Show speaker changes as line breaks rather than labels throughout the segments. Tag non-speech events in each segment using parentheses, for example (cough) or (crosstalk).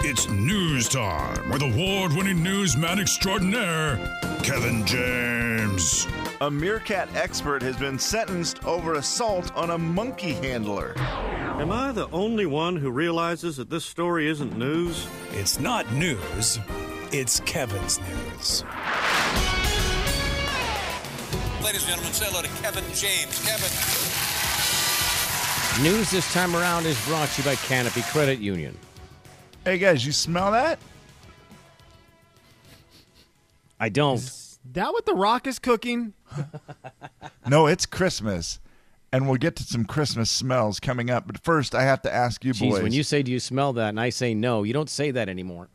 It's news time with award winning newsman extraordinaire, Kevin James.
A meerkat expert has been sentenced over assault on a monkey handler.
Am I the only one who realizes that this story isn't news?
It's not news, it's Kevin's news.
Ladies and gentlemen, say hello to Kevin James. Kevin.
News this time around is brought to you by Canopy Credit Union.
Hey guys, you smell that?
I don't.
that what the rock is cooking?
No, it's Christmas. And we'll get to some Christmas smells coming up. But first, I have to ask you
Jeez,
boys.
when you say, Do you smell that? and I say no, you don't say that anymore.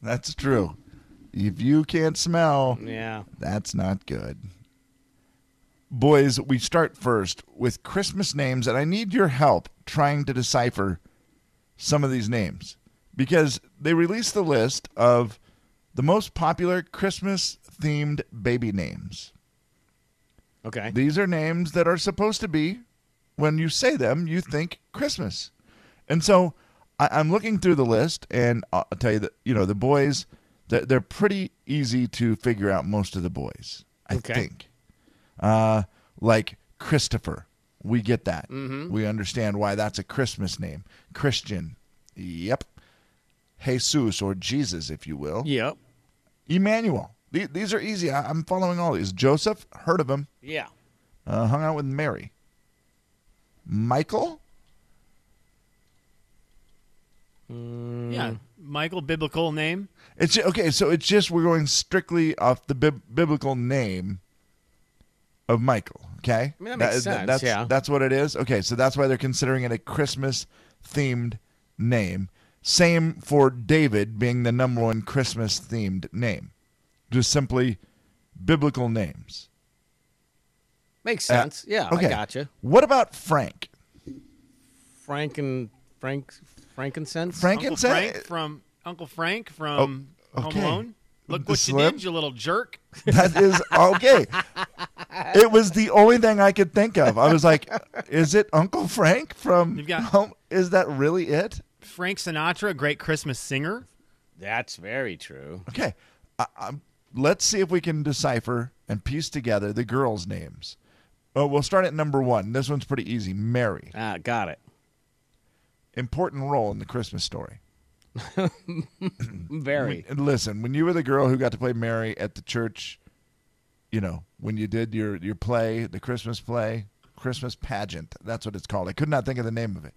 That's true. If you can't smell,
Yeah.
that's not good. Boys, we start first with Christmas names, and I need your help trying to decipher some of these names because they released the list of the most popular Christmas themed baby names.
Okay.
These are names that are supposed to be, when you say them, you think Christmas. And so I, I'm looking through the list, and I'll I'll tell you that, you know, the boys, they're, they're pretty easy to figure out, most of the boys, I
Okay.
think. Uh, like Christopher, we get that. We understand why that's a Christmas name. Christian, yep. Jesus, or Jesus, if you will.
Yep.
Emmanuel. The- These are easy. I- I'm following all these. Joseph, heard of him
Yeah.
uh, hung out with Mary. Michael?
Yeah. Michael, biblical name.
It's okay, so it's just we're going strictly off the bib- biblical name of Michael, okay?
I mean, that makes sense,
that's,
yeah.
That's what it is. Okay, so that's why they're considering it a Christmas themed name. Same for David being the number one Christmas themed name. Just simply biblical names.
Makes
Uh,
sense. yeah. I gotcha.
What about Frank?
Frank and Frank frankincense.
Uncle
Frankenstein?
Frank from Uncle Frank from
Oh, okay.
Home Alone. Look
The
what you
slip?
did, you little jerk.
That is okay. It was the only thing I could think of. I was like, "Is it Uncle Frank from
You've got-
Home? Is that really it?"
Frank Sinatra, great Christmas singer.
That's very true.
Okay, I, i let's see if we can decipher and piece together the girls' names. Oh, we'll start at number one. This one's pretty easy. Mary,
Ah, got it.
important role in the Christmas story.
Very.
And listen, when you were the girl who got to play Mary at the church, you know, when you did your your play, the Christmas play, Christmas pageant, that's what it's called. I could not think of the name of it.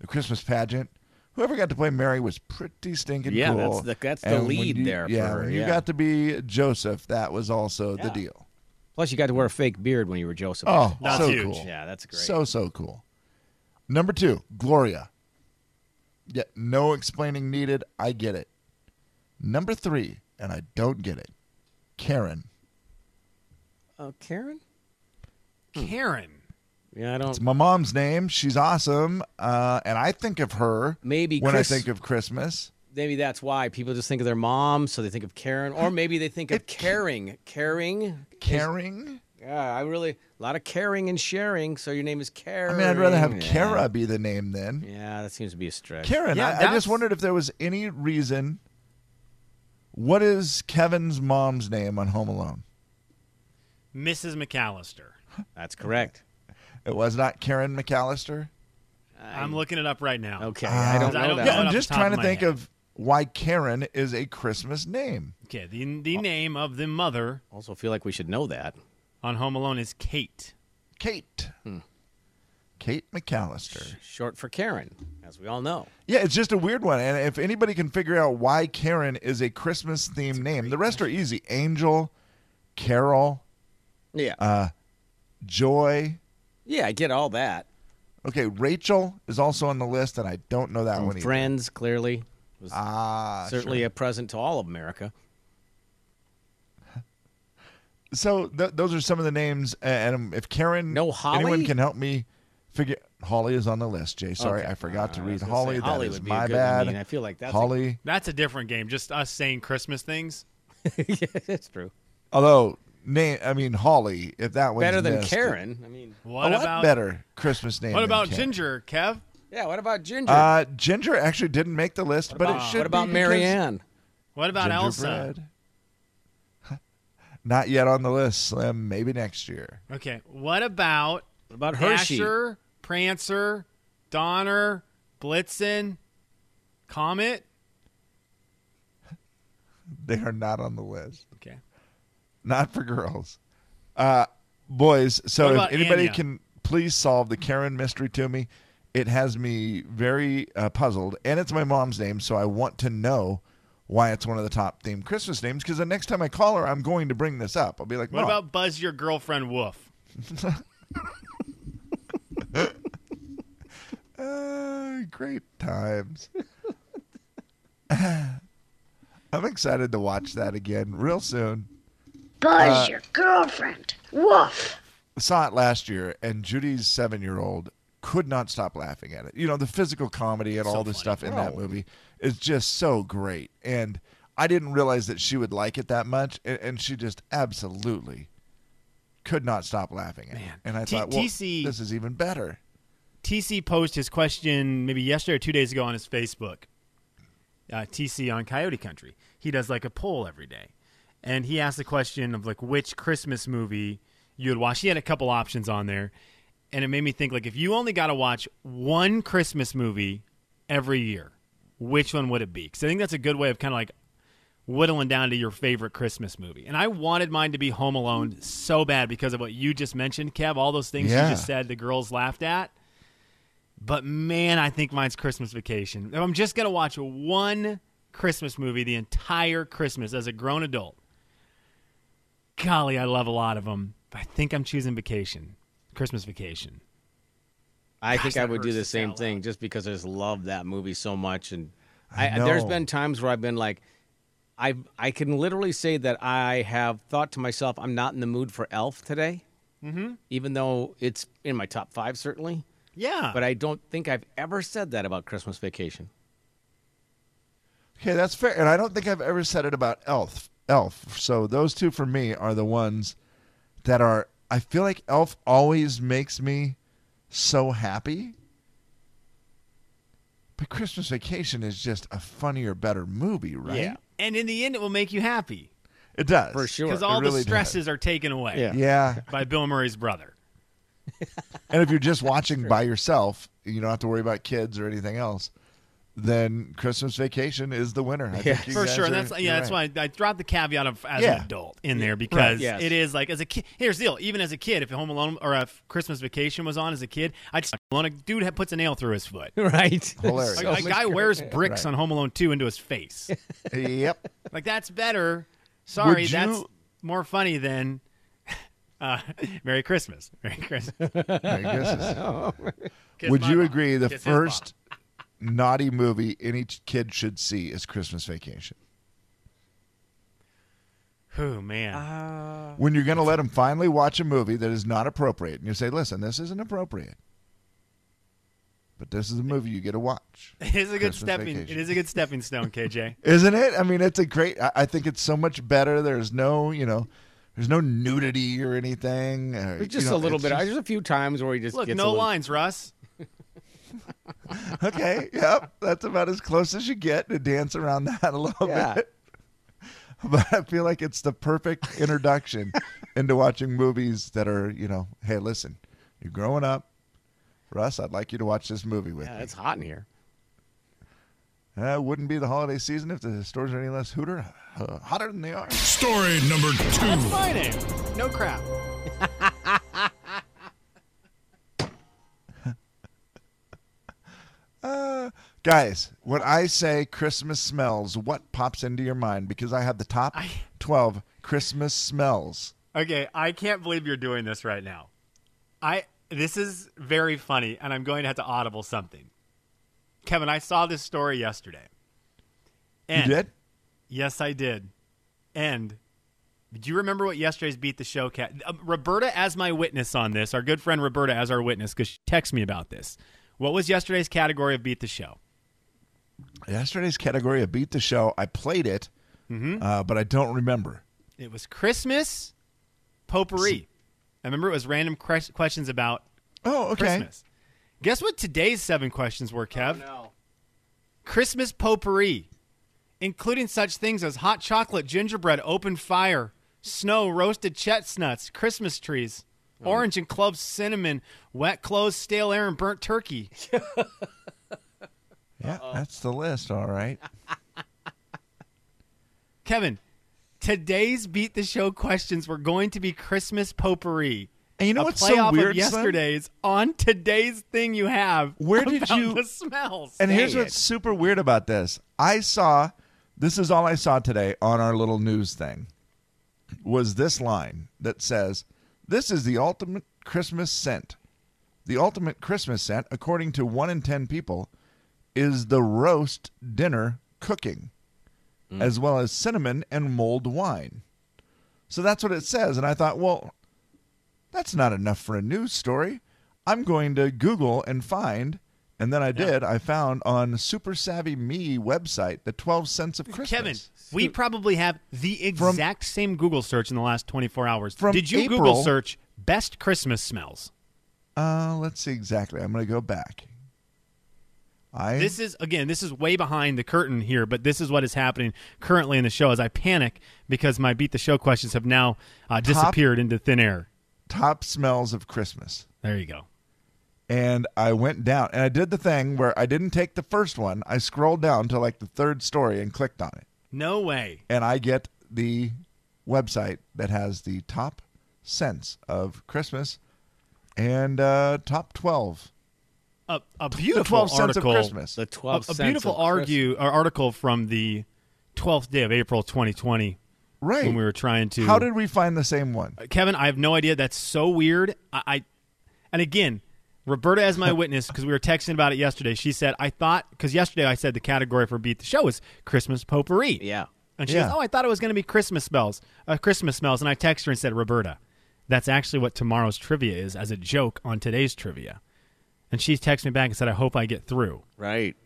The Christmas pageant. Whoever got to play Mary was pretty stinking
Yeah,
cool.
that's the- that's the
And when
lead
you-
there
Yeah,
for her,
when you
yeah.
got to be Joseph, that was also the
Yeah.
deal.
Plus, you got to wear a fake beard when you were Joseph.
Oh,
That's
so
huge.
cool.
yeah, that's great.
So so cool. Number two, Gloria. Yeah, no explaining needed. I get it. Number three, and I don't get it. Karen.
Uh, Karen?
Hmm.
Karen.
Yeah, I don't.
It's my mom's name. She's awesome, uh, and I think of her
Maybe
when
Chris-
I think of Christmas.
maybe that's why people just think of their mom, so they think of Karen, or maybe they think of caring. Caring.
Caring.
Yeah, I really a lot of caring and sharing. So your name is
I
Karen.
mean, I'd rather have
yeah.
Kara be the name then.
Yeah, that seems to be a stretch.
Karen.
Yeah,
I- I,
that's-
just wondered if there was any reason. What is Kevin's mom's name on Home Alone?
Mrs. McAllister.
That's correct.
It was not Karen McAllister.
I'm looking it up right now.
Okay,
Uh,
I don't know
I don't
that.
know
Yeah,
one
I'm
off
just
the top
trying
of
to
my
think
head.
of why Karen is a Christmas name.
Okay, the, the name of the mother
Also, feel like we should know that.
on Home Alone is Kate.
Kate.
Hmm.
Kate McAllister.
Short for Karen, as we all know.
Yeah, it's just a weird one. And if anybody can figure out why Karen is a Christmas themed name, the rest are easy. Angel, Carol,
Yeah.
Joy.
Uh, yeah, I get all that.
Okay, Rachel is also on the list, and I don't know that
Oh,
one either.
Friends, clearly, was
Ah,
certainly a present to all of America. (laughs)
so th- those are some of the names. a- And um, if Karen,
No Holly?
anyone can help me figure. Holly is on the list, Jay. Sorry,
Okay.
I forgot to
All right, I
read
was gonna
Holly.
say,
That
Holly
is
would be a
my
good- I
bad.
mean, I feel like that's a-
Holly.
That's a different game, just us saying Christmas things.
yeah, that's true.
Although name, I mean Holly. If that one's
Better than
missed,
Karen. I mean,
A
What
lot
about
better Christmas name.
what
than
about
Karen.
Ginger, Kev?
Yeah, what about Ginger?
Uh, Ginger actually didn't make the list, but it should.
what about
be because
Marianne?
What about Elsa?
gingerbread. (laughs) Not yet on the list, Slim. Maybe next year.
Okay. What about
What about Hershey?
Dasher, Prancer, Donner, Blitzen, Comet?
They are not on the list.
Okay.
Not for girls. Uh, boys. So
What
if
about
anybody
Anya?
can please solve the Karen mystery to me, it has me very uh, puzzled, and it's my mom's name, so I want to know why it's one of the top themed Christmas names. Because the next time I call her, I'm going to bring this up. I'll be like,
What
"Mom,
about Buzz Your Girlfriend Woof?
Uh, great
(laughs)
times. (laughs) I'm excited to watch that again real soon.
Uh,
Buzz your girlfriend. Woof.
Saw it last year, and Judy's seven year old could not stop laughing at it. You know, the physical comedy and all the stuff in that movie is just so great. And I didn't realize that she would like it that much, and, and she just absolutely could not stop laughing at it. And I
T-
thought, well,
TC
this is even better.
TC posed his question maybe yesterday or two days ago on his Facebook. Uh, TC on Coyote Country. He does like a poll every day, and he asked the question of like which Christmas movie you would watch. He had a couple options on there, and it made me think like if you only got to watch one Christmas movie every year, which one would it be? Because I think that's a good way of kind of like whittling down to your favorite Christmas movie. And I wanted mine to be Home Alone so bad because of what you just mentioned, Kev. All those things
Yeah.
you just said, the girls laughed at. But man, I think mine's Christmas Vacation. If I'm just gonna watch one Christmas movie the entire Christmas as a grown adult, golly, I love a lot of them. But I think I'm choosing Vacation, Christmas Vacation.
I think I
that
would do
hurts
the
to say
same
out
thing
loud.
just because I just love that movie so much. And
I
I, there's
know.
been times where I've been like, I I can literally say that I have thought to myself, I'm not in the mood for Elf today, mm-hmm. even though it's in my top five certainly.
Yeah,
But I don't think I've ever said that about Christmas Vacation.
Okay, that's fair. And I don't think I've ever said it about Elf. Elf. So those two for me are the ones that are. I feel like Elf always makes me so happy. But Christmas Vacation is just a funnier, better movie, right?
yeah. And in the end, it will make you happy
It does.
For sure.
because
It
all
really does.
the stresses are taken away
Yeah.
Yeah.
by Bill Murray's brother.
And if you're
(laughs)
just watching by yourself, and you don't have to worry about kids or anything else, then Christmas Vacation is the winner. I
Yeah.
think you
For
guys
sure, and
are-
that's yeah,
you're
that's
right.
why I, I dropped the caveat of as
Yeah.
an adult in there because
yes.
it is like as a kid. Here's the deal: even as a kid, if Home Alone or if Christmas Vacation was on as a kid, I'd just (laughs) Home Alone. A dude had- puts a nail through his
(laughs)
foot.
right? (laughs)
Hilarious.
Like, (laughs) a guy wears bricks
Right.
on Home Alone Two into his
(laughs)
face.
Yep.
like that's better. Sorry,
you-
that's more funny than (laughs) uh, Merry Christmas. (laughs) Merry Christmas.
I guess it's-
Kiss
Would
my
you
mom.
agree the
Kiss his
first naughty movie any ch- kid should see is Christmas Vacation?
mom. Oh man.
When you're going to let them finally watch a movie that is not appropriate, and you say, "Listen, this isn't appropriate," but this is a movie you get to watch,
it is a good
Christmas
stepping.
Vacation.
It is a good stepping
(laughs)
stone, KJ.
isn't it? I mean, it's a great. I, I think it's so much better. There's no, you know, there's no nudity or anything. or, you
There's just
know,
a little
it's
bit.
just-
There's a few times where he just
Look,
gets a
no
little-
lines, Russ.
(laughs) okay, yep, that's about as close as you get to dance around that a little
Yeah.
bit. (laughs) But I feel like it's the perfect (laughs) introduction into watching movies that are, you know, hey, listen, you're growing up. Russ, I'd like you to watch this movie with
(laughs) Yeah,
me.
it's hot in here.
Uh, it wouldn't be the holiday season if the stores are any less hooter, uh, hotter than they are.
Story number two.
My name. No crap.
Guys, when I say Christmas smells, what pops into your mind? Because I have the top 12 Christmas smells.
Okay, I can't believe you're doing this right now. I this is very funny, and I'm going to have to audible something. Kevin, I saw this story yesterday.
You
And
did?
Yes, I did. And do you remember what yesterday's beat the show cat? Uh, Roberta as my witness on this. Our good friend Roberta as our witness because she texted me about this. What was yesterday's category of beat the show?
Yesterday's category of Beat the Show, I played it, uh, but I don't remember.
It was Christmas potpourri. I remember it was random cres- questions about
Oh, okay.
Christmas. Guess what today's seven questions were, Kev? Christmas potpourri, including such things as hot chocolate, gingerbread, open fire, snow, roasted chestnuts, Christmas trees, orange and clove, cinnamon, wet clothes, stale air, and burnt turkey.
Yeah, that's the list, all right.
Kevin, today's beat the show questions were going to be Christmas potpourri.
And you know
a
what's so
playoff
weird,
of
son?
yesterday's on today's thing you have.
Where did
about
you-
the smells?
And here's
it.
what's super weird about this. I saw this is all I saw today on our little news thing was this line that says, "This is the ultimate Christmas scent." The ultimate Christmas scent, according to 1 in 10 people, is the roast dinner cooking,
Mm-hmm.
as well as cinnamon and mulled wine. So that's what it says and I thought, "Well, that's not enough for a news story. I'm going to Google and find. And then I did. I found on Super Savvy Me website the 12 cents of Christmas.
Kevin, we probably have the
From-
exact same Google search in the last 24 hours.
From
Did you
April-
Google search best Christmas smells?
Uh, let's see exactly. I'm going to go back. I
This is again, this is way behind the curtain here, but this is what is happening currently in the show. As I panic because my beat the show questions have now uh, disappeared into thin air.
top smells of Christmas.
There you go.
And I went down and I did the thing where I didn't take the first one. I scrolled down to like the third story and clicked on it.
No way.
And I get the website that has the top cents of Christmas and uh, top 12.
A, a
The
beautiful
12 cents of
article.
Christmas.
The
A,
twelve.
a beautiful argue or article from the 12th day of April 2020
Right.
when we were trying to
How did we find the same one?
Kevin, I have no idea. That's so weird. I, I and again, Roberta as my witness because we were texting about it yesterday. She said I thought because yesterday I said the category for beat the show was Christmas potpourri.
Yeah.
and she
Yeah.
goes, "Oh, I thought it was going to be Christmas smells, uh, Christmas smells." And I texted her and said, "Roberta, that's actually what tomorrow's trivia is as a joke on today's trivia." And she texted me back and said, "I hope I get through."
Right.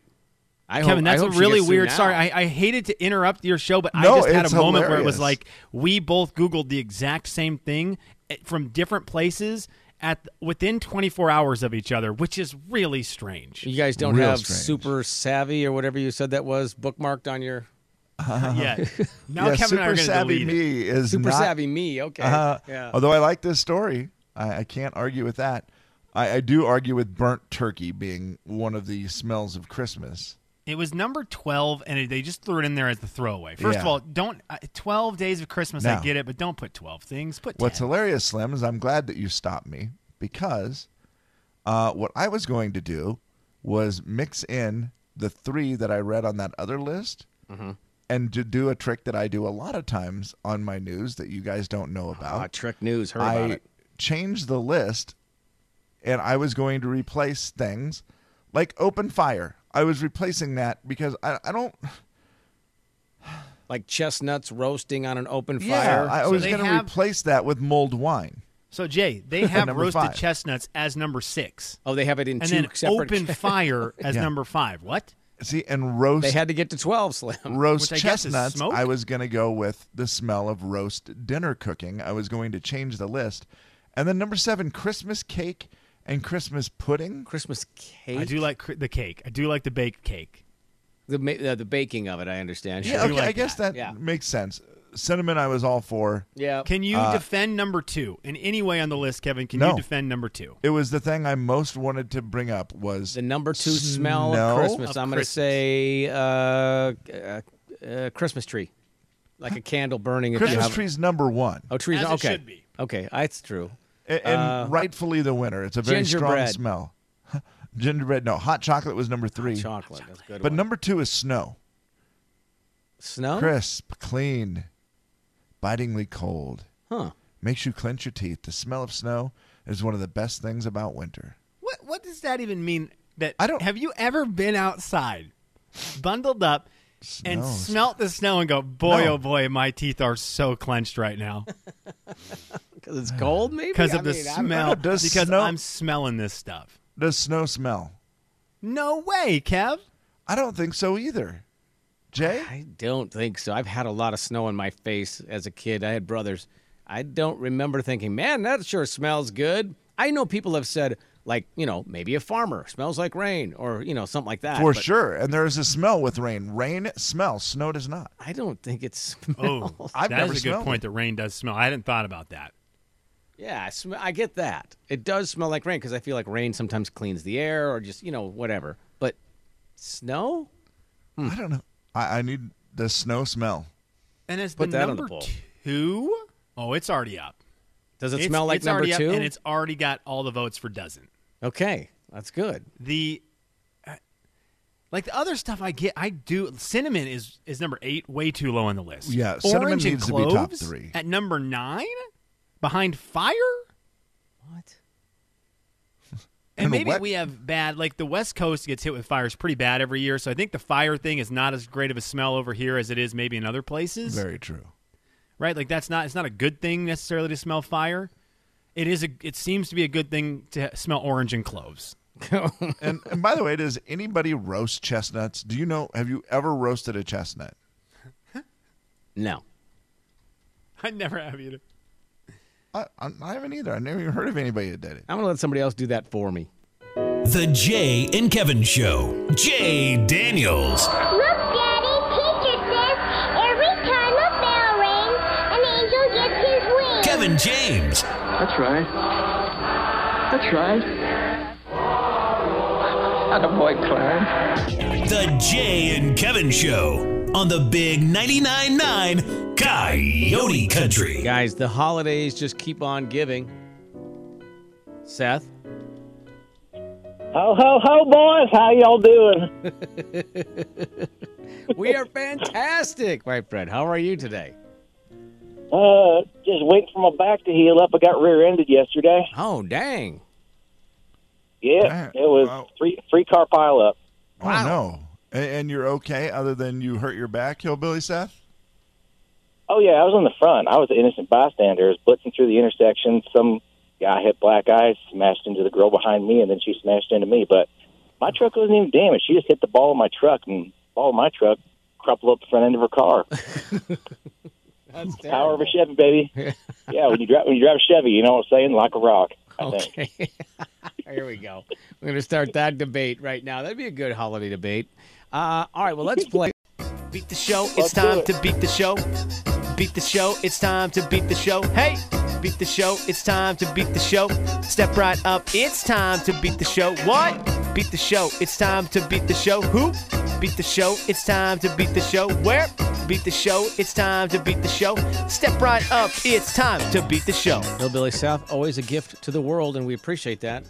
I
Kevin,
hope- I
that's a
hope she
really
gets through
weird.
now.
Sorry, I, I hated to interrupt your show, but
No,
I just had a
it's
moment where it
hilarious.
was like we both Googled the exact same thing eh, from different places at within 24 hours of each other, which is really strange.
You guys don't
Real
have
strange.
super savvy or whatever you said that was bookmarked on your (laughs)
yeah. Now
yeah,
Kevin and I
super
are going to
savvy
delete it.
me is
super
not,
savvy me. Okay.
uh,
yeah.
Although I like this story, I, I can't argue with that. I, I do argue with burnt turkey being one of the smells of Christmas.
It was number 12, and it- they just threw it in there as the throwaway. First of
Yeah.
all, don't uh, 12 days of Christmas.
No.
I get it, but don't put 12 things. Put 10.
What's hilarious, Slim, is I'm glad that you stopped me because uh, what I was going to do was mix in the three that I read on that other list and to do a trick that I do a lot of times on my news that you guys don't know about.
Ah, trick news. Heard
I
about it.
changed the list and I was going to replace things like open fire. I was replacing that because I, I don't.
Like chestnuts roasting on an open
Yeah,
fire.
I
So
was
they
going to
have-
replace that with mulled wine.
so, Jay,
(laughs)
they have
Number
roasted
five.
chestnuts as number six.
oh, they have it in
and
two
then
separate.
open fire
(laughs)
as
Yeah.
number five. What?
See, and roast
they had to get to twelve. Slim.
roast
Which I guess is
chestnuts.
smoke?
I was going to go with the smell of roast dinner cooking. I was going to change the list, and then number seven, Christmas cake and Christmas pudding.
Christmas cake.
I do like cr- the cake. I do like the baked cake.
the ma- uh, the baking of it. I understand.
Yeah,
Sure.
okay,
like
I guess that,
that. Yeah.
makes sense. Cinnamon, I was all for.
Yeah.
Can you defend number two in any way on the list, Kevin? Can
Uh, no.
you defend number two?
It was the thing I most wanted to bring up was
the number two smell
Snow?
of Christmas.
Of
I'm going to
Christmas.
say uh, uh, uh, Christmas tree, like a candle burning. If you
Christmas
have,
tree's number one,
Oh, trees.
As it
okay.
should be.
Okay, that's true.
A- and rightfully the winner. It's a very strong
Gingerbread.
smell. (laughs) gingerbread, no, hot chocolate was number three,
Chocolate. That's a good.
but
one.
number two is snow.
snow.
Crisp, clean, bitingly cold.
Huh.
Makes you clench your teeth. The smell of snow is one of the best things about winter.
What What does that even mean? That
I don't-
Have you ever been outside, bundled up, and
Snow.
smelt the snow and go, boy,
No.
oh boy, my teeth are so clenched
(laughs)
right now
Because it's cold, maybe.
because
I
of the
mean, I'm-
smell.
does
Because
snow-
I'm smelling this stuff.
Does snow smell?
No way, Kev.
I don't think so either. Jay?
I don't think so. I've had a lot of snow in my face as a kid. I had brothers. I don't remember thinking, man, that sure smells good. I know people have said, like you know maybe a farmer smells like rain or you know something like that.
for
but
sure. And there is a smell with rain. Rain smells. Snow does not.
I don't think it's. (laughs) Oh.
(laughs) Oh,
I've
that
never
is a good
smelled
point. That rain does smell. I hadn't thought about that.
Yeah, I, sm- I get that. It does smell like rain because I feel like rain sometimes cleans the air or just you know whatever. But snow, Hmm.
I don't know. I, I need the snow smell.
And it's
Put
the
that on the
number
poll.
two. Oh, it's already up.
does it
It's-
smell like
it's
number
already up,
two?
and it's already got all the votes for doesn't.
okay, that's good.
The uh, like the other stuff I get, I do. Cinnamon is is number eight, way too low on the list.
Yeah,
Orange
cinnamon
and
needs to be top
cloves
three.
At number nine, behind fire,
What?
and,
(laughs) And
maybe
what-
we have bad. Like the West Coast gets hit with fires pretty bad every year, so I think the fire thing is not as great of a smell over here as it is maybe in other places.
Very true.
right? Like that's not it's not a good thing necessarily to smell fire. It is a it seems to be a good thing to smell orange and cloves. (laughs)
And and by the way, does anybody roast chestnuts? Do you know? Have you ever roasted a chestnut?
No.
I never have either.
I, I, I haven't either. I never even heard of anybody that did it.
I'm gonna let somebody else do that for me.
The Jay and Kevin Show. Jay Daniels.
Look, Daddy, teacher says every time a bell rings, an angel gets his wings.
Kevin James.
That's right. That's right. Attaboy, Clarence.
The Jay and Kevin Show on the Big 99.9 9 Coyote Country.
Guys, the holidays just keep on giving. Seth,
Ho ho ho, boys! How y'all doing?
(laughs) we are fantastic, my friend. How are you today?
Uh, just waiting for my back to heal up. I got rear-ended yesterday.
Oh, dang.
Yeah,
Dang.
it was
Wow.
three three car pile up.
Oh no! And, and you're okay, other than you hurt your back, hillbilly Seth.
Oh yeah, I was on the front. I was an innocent bystander. I was blitzing through the intersection. Some guy had black eyes, smashed into the girl behind me, and then she smashed into me. But my truck wasn't even damaged. She just hit the ball of my truck, and the ball of my truck crumpled up the front end of her car.
That's
Power
terrible.
of a Chevy, baby. yeah, when you drive when you drive a Chevy, you know what I'm saying? Like a rock. I think.
Okay. (laughs) Here we go. We're going to start that debate right now. That'd be a good holiday debate. Uh, all right, well, let's play.
Beat the show, it's time to beat the show. Beat the show, it's time to beat the show. Hey! Beat the show, it's time to beat the show. Step right up, it's time to beat the show. What? Beat the show, it's time to beat the show. Who? Beat the show, it's time to beat the show. Where? Beat the show, it's time to beat the show. Step right up, it's time to beat the show.
Hillbilly South, always a gift to the world, and we appreciate that.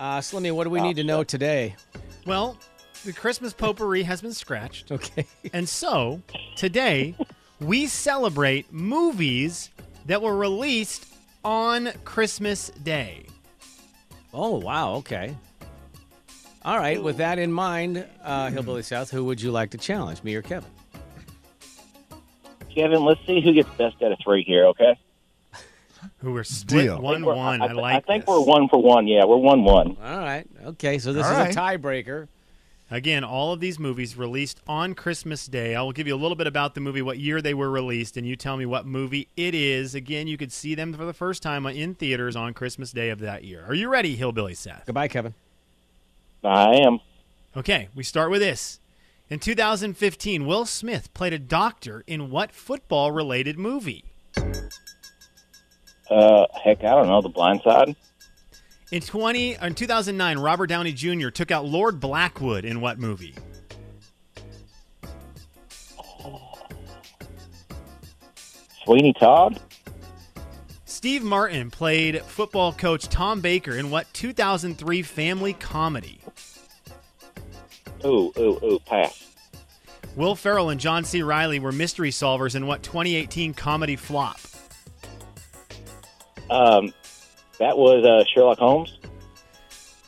Uh, Slimmy, what do we need to know today? (laughs)
Well, the Christmas potpourri has been scratched.
Okay.
And so, today we celebrate movies that were released on Christmas Day.
Oh, wow. Okay. All right, with that in mind, uh, Hillbilly South, who would you like to challenge, me or Kevin?
Kevin, let's see who gets best out of three here, okay?
Who were split
Deal.
one
We're-
one.
I,
I,
th-
like
I think
this.
we're one for one. Yeah, we're one one.
All right. Okay, so this
All
is a tiebreaker.
Again, all of these movies released on Christmas Day. I will give you a little bit about the movie, what year they were released, and you tell me what movie it is. Again, you could see them for the first time in theaters on Christmas Day of that year. Are you ready, Hillbilly Seth?
Goodbye, Kevin.
I am.
Okay, we start with this. In 2015, Will Smith played a doctor in what football related movie?
Uh, heck, I don't know. The Blind Side.
In 20 in 2009, Robert Downey Jr. took out Lord Blackwood in what movie?
Sweeney Todd.
Steve Martin played football coach Tom Baker in what 2003 family comedy?
Ooh, ooh, ooh. Pass.
Will Ferrell and John C. Riley were mystery solvers in what 2018 comedy flop?
Um, that was uh, Sherlock Holmes.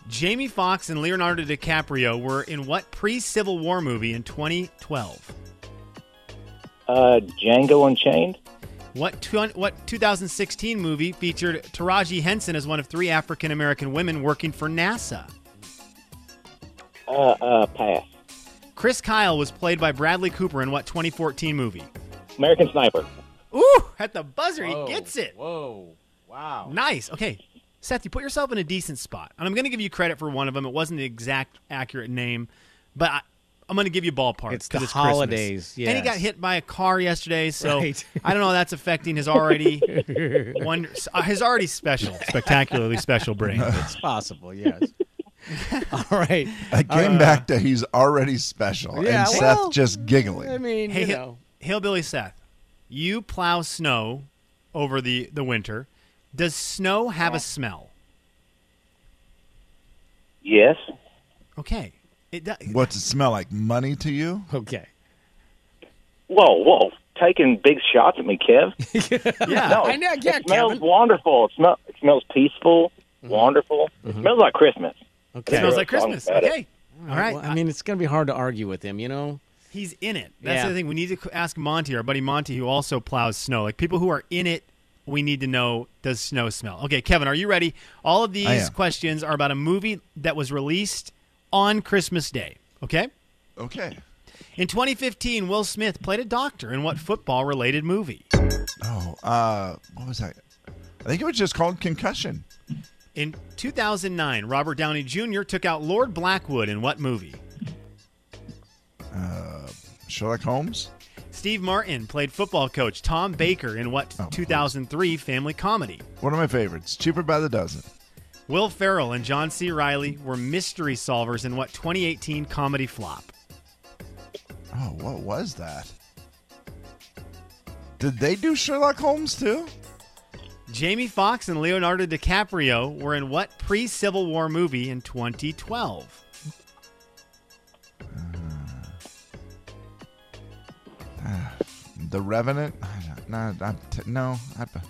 Jamie Foxx and Leonardo DiCaprio were in what pre Civil War movie in 2012?
Uh, Django Unchained.
What, tw- what 2016 movie featured Taraji Henson as one of three African American women working for NASA?
Uh, uh, pass.
Chris Kyle was played by Bradley Cooper in what 2014 movie?
American Sniper.
Ooh, at the buzzer, he gets it.
Whoa. Wow.
Nice. Okay. Seth, you put yourself in a decent spot. And I'm going to give you credit for one of them. It wasn't the exact accurate name, but I, I'm going to give you ballpark.
It's
'cause
the
it's Christmas.
holidays,
And he got
yes.
hit by a car yesterday, so
Right.
(laughs) I don't know how that's affecting
(laughs)
his already wonder, uh, his already special, spectacularly
(laughs)
special brain.
it's possible, yes. (laughs) All right.
I came back to he's already special,
Yeah,
and
well,
Seth just giggling.
I mean,
hey,
you
hi-
know.
hillbilly Seth, you plow snow over the the winter. Does snow have a smell?
Yes.
Okay. It does.
What's it smell like? Money to you?
Okay.
Whoa, whoa. Taking big shots at me, Kev.
Yeah.
No,
I know, (laughs) yeah,
it smells
Kevin. Mm-hmm.
wonderful. It, smell, it smells peaceful, wonderful. It smells like Christmas.
Okay.
It smells like Christmas. Okay.
All right.
Well, I mean, it's going to be hard to argue with him, you know?
He's in it. That's
Yeah.
the thing. We need to c- ask Monty, our buddy Monty, who also plows snow. Like people who are in it, we need to know does snow smell? Okay, Kevin, are you ready? All of these
am.
questions are about a movie that was released on Christmas Day. Okay?
Okay.
In 2015, Will Smith played a doctor in what football related movie?
Oh, uh, what was that? I think it was just called concussion.
In 2009, Robert Downey Jr. took out Lord Blackwood in what movie?
Uh, Sherlock Holmes.
Steve Martin played football coach Tom Baker in what 2003 family comedy?
One of my favorites. Cheaper by the dozen.
Will Ferrell and John C. Riley were mystery solvers in what 2018 comedy flop?
Oh, what was that? Did they do Sherlock Holmes too?
Jamie Foxx and Leonardo DiCaprio were in what pre Civil War movie in 2012?
The Revenant? I don't- No, I'm t- no, I p-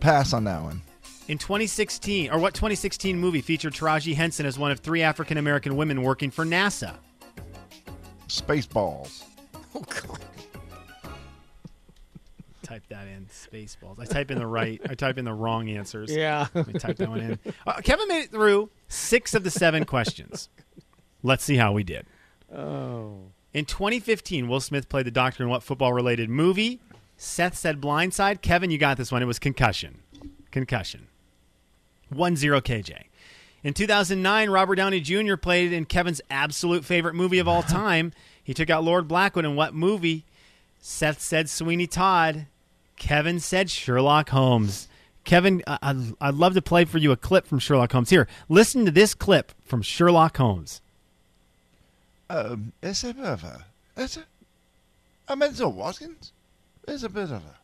pass on that one.
In 2016, or what 2016 movie featured Taraji Henson as one of three African American women working for NASA?
Spaceballs.
Oh, God.
Type that in, Spaceballs. I type in the right, I type in the wrong answers.
Yeah.
Let me type that one in. Uh, Kevin made it through six of the seven questions. Let's see how we did.
Oh.
In 2015, Will Smith played the doctor in what football related movie? Seth said blindside. Kevin, you got this one. It was concussion. Concussion. 1 0 KJ. In 2009, Robert Downey Jr. played in Kevin's absolute favorite movie of all time. He took out Lord Blackwood in what movie? Seth said Sweeney Todd. Kevin said Sherlock Holmes. Kevin, I- I'd, I'd love to play for you a clip from Sherlock Holmes. Here, listen to this clip from Sherlock Holmes.
Um, it's a bit of a. It's a. I meant to Watkins. It's a bit of a.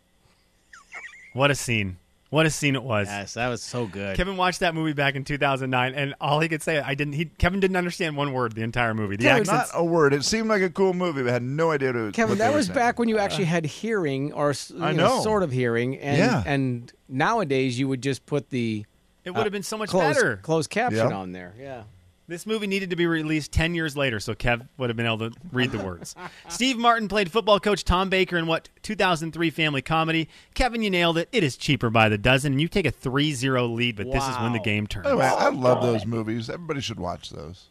What a scene. What a scene it was.
(laughs) Yes, that was so good.
Kevin watched that movie back in 2009, and all he could say, I didn't. He Kevin didn't understand one word the entire movie. The
Yeah, not
accents.
a word. It seemed like a cool movie, but I had no idea what it was.
Kevin,
what
that
they were
was
saying.
back when you actually had hearing or s- you
I know.
sort of hearing, and
Yeah.
and nowadays you would just put the
It would have been so much
closed,
better.
closed caption
Yep.
on there. Yeah,
This movie needed to be released 10 years later, so Kev would have been able to read the words.
(laughs)
Steve Martin played football coach Tom Baker in what 2003 family comedy. Kevin, you nailed it. It is cheaper by the dozen, and you take a 3-0 lead, but this is when the
Wow.
game turns.
Anyway, I love those movies. Everybody should watch those.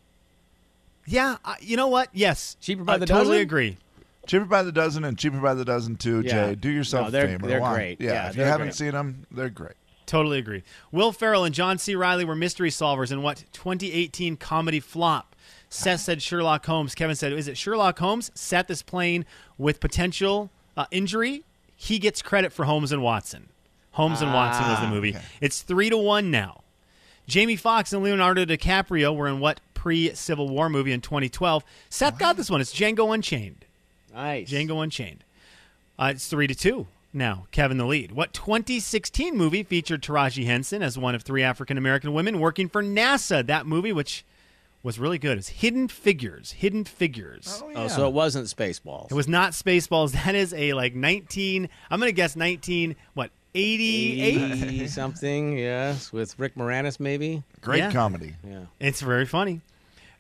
Yeah, I, you know what? Yes,
Cheaper by
I
the
totally
dozen?
agree.
Cheaper by the dozen and cheaper by the dozen too.
Yeah.
Jay, do yourself
No, they're-
a favor.
they're
Why?
great.
Yeah,
Yeah,
if you
they're
haven't
great.
seen them, they're great.
Totally agree. Will Ferrell and John C. Riley were mystery solvers in what 2018 comedy flop? Seth said Sherlock Holmes. Kevin said, is it Sherlock Holmes? Seth is playing with potential uh, injury. He gets credit for Holmes and Watson. Holmes and Watson was the movie. It's three to one now. Jamie Foxx and Leonardo DiCaprio were in what pre Civil War movie in 2012? Seth got this one. It's Django Unchained.
nice.
Django Unchained. Uh, it's three to two now. Kevin the lead. What 2016 movie featured Taraji Henson as one of three African American women working for NASA? That movie, which was really good, is Hidden Figures. Hidden Figures.
Oh, so it wasn't Spaceballs.
It was not Spaceballs. (laughs) That is a like 19. I'm gonna guess 19. What 88?
80 something. Yes, with Rick Moranis maybe.
Great
Yeah.
comedy.
Yeah.
It's very funny.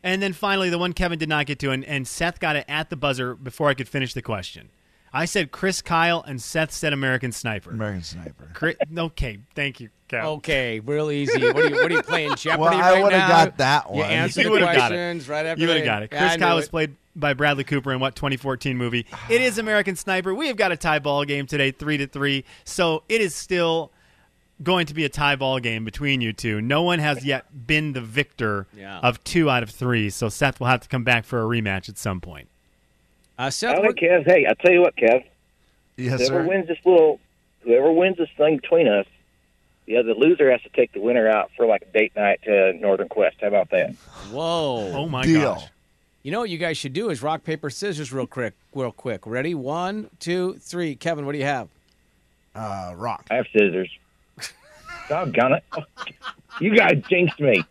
And then finally, the one Kevin did not get to, and, and Seth got it at the buzzer before I could finish the question. I said Chris Kyle, and Seth said American Sniper.
American Sniper.
Cri- okay, thank you, Cal.
Okay, real easy. What are you, what are you
(laughs)
playing Jeopardy
Well, I
right
would've
now?
got that
You
one.
answer
You
the
would've got it.
questions right after.
You would have
they-
got it.
Yeah,
Chris
I knew
Kyle was
it.
played by Bradley Cooper in what
(sighs)
2014 movie? It is American Sniper. We have got a tie ball game today, three to three. So it is still going to be a tie ball game between you two. No one has yet been the victor
Yeah.
of two out of three, so Seth will have to come back for a rematch at some point.
Uh,
All right, Kev. Hey, I'll tell you what, Kev.
Yes,
whoever
sir.
wins this little, whoever wins this thing between us, the other loser has to take the winner out for like a date night to Northern Quest. How about that?
Whoa!
Oh my
Deal. gosh.
You know what you guys should do is rock paper scissors real quick, real quick. Ready? One, two, three. Kevin, what do you have?
Uh, rock.
I have scissors. Doggone it! You guys jinxed me.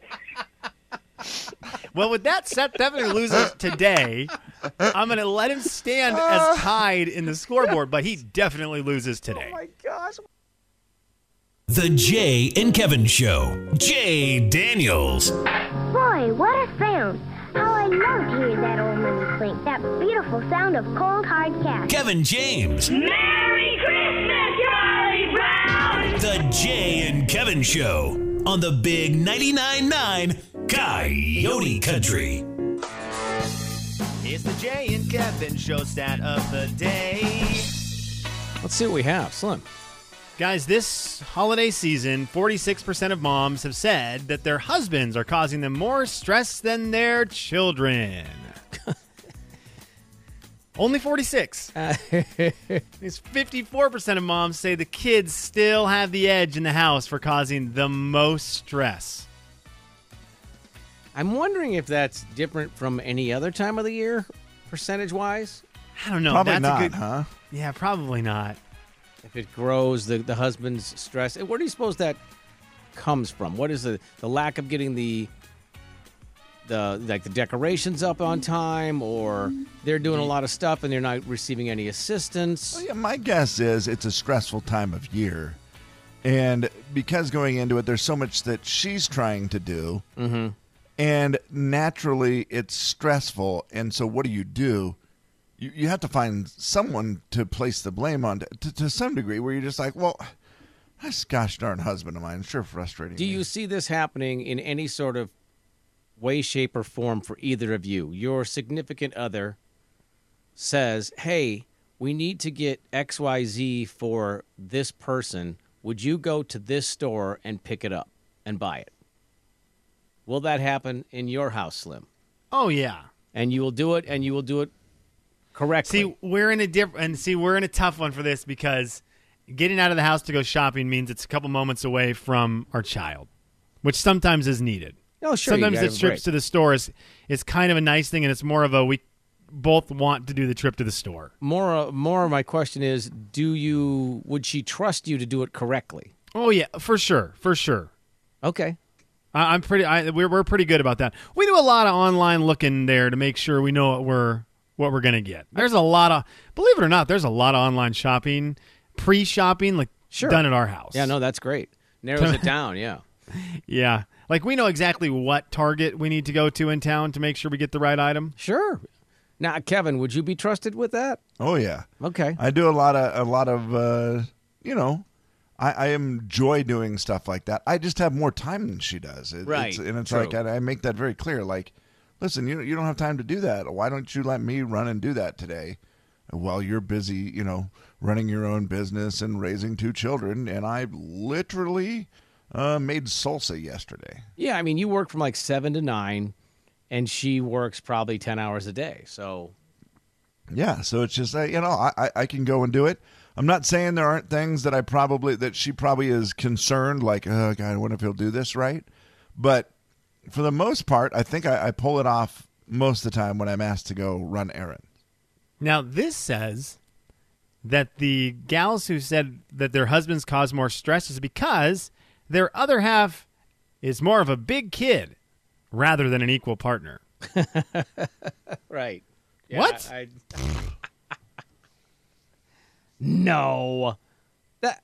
Well, with that, Seth definitely loses today. I'm going to let him stand as tied in the scoreboard, but he definitely loses today.
The Jay and Kevin Show. Jay Daniels.
Boy, what a sound! How I love to hear that old money clink. That beautiful sound of cold hard cash.
Kevin James.
Merry Christmas, Charlie Brown!
The Jay and Kevin Show on the Big 99.9 Coyote Country.
It's the Jay and Kevin show stat of the day.
Let's see what we have. Slim.
Guys, this holiday season, 46% of moms have said that their husbands are causing them more stress than
(laughs)
their children.
(laughs)
Only 46. It's 54% of moms say the kids still have the edge in the house for causing the most stress.
I'm wondering if that's different from any other time of the year, percentage wise.
I don't know.
Probably
That's
not,
a good,
huh?
Yeah, probably not.
If it grows, the, the husband's stress. Where do you suppose that comes from? What is the, the lack of getting the the like the decorations up on time or they're doing a lot of stuff and they're not receiving any assistance?
Well, yeah, my guess is it's a stressful time of year. And because going into it, there's so much that she's trying to do.
Mm-hmm.
And naturally, it's stressful. And so, what do you do? You, you have to find someone to place the blame on to, to some degree where you're just like, well, this gosh darn husband of mine is sure frustrating.
Do
me.
you see this happening in any sort of way, shape, or form for either of you? Your significant other says, Hey, we need to get XYZ for this person. Would you go to this store and pick it up and buy it? Will that happen in your house, Slim?
Oh, yeah.
And you will do it, and you will do it correctly.
See, we're in a different and see, we're in a tough one for this because getting out of the house to go shopping means it's a couple moments away from our child, which sometimes is needed.
Oh, sure, you
Sometimes
gotta
this
have a
trips
break.
to the store is, is kind of a nice thing, and it's more of a we both want to do the trip to the store.
more, uh, more. of My question is: Do you? Would she trust you to do it correctly?
Oh yeah, for sure, for sure.
Okay.
I, I'm pretty. I, we're we're pretty good about that. We do a lot of online looking there to make sure we know what we're what we're gonna get. There's a lot of believe it or not. There's a lot of online shopping, pre shopping, like
Sure.
done at our house.
Yeah. No, that's great. Narrows (laughs) it down. Yeah.
Yeah. Like we know exactly what target we need to go to in town to make sure we get the right item.
Sure. Now, Kevin, would you be trusted with that?
Oh yeah,
Okay.
I do a lot of a lot of uh, you know, I, I enjoy doing stuff like that. I just have more time than she does, It- it's-
Right,
and it's
true.
like I, I make that very clear. Like, listen, you you don't have time to do that. Why don't you let me run and do that today? While you're busy, you know, running your own business and raising two children, and I literally uh, made salsa yesterday.
Yeah, I mean, you work from like seven to nine, and she works probably ten hours a day. So
Yeah, so it's just uh, you know I, I I can go and do it. I'm not saying there aren't things that I probably that she probably is concerned like oh god I wonder if he'll do this right, but for the most part I think I, I pull it off most of the time when I'm asked to go run errands.
Now this says that the gals who said that their husbands cause more stress is because their other half is more of a big kid rather than an equal partner.
right.
What?
I- (laughs) I- no, that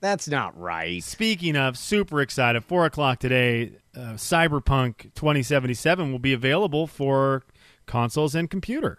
that's not right.
Speaking of, super excited. Four o'clock today, uh, Cyberpunk 2077 will be available for consoles and computer.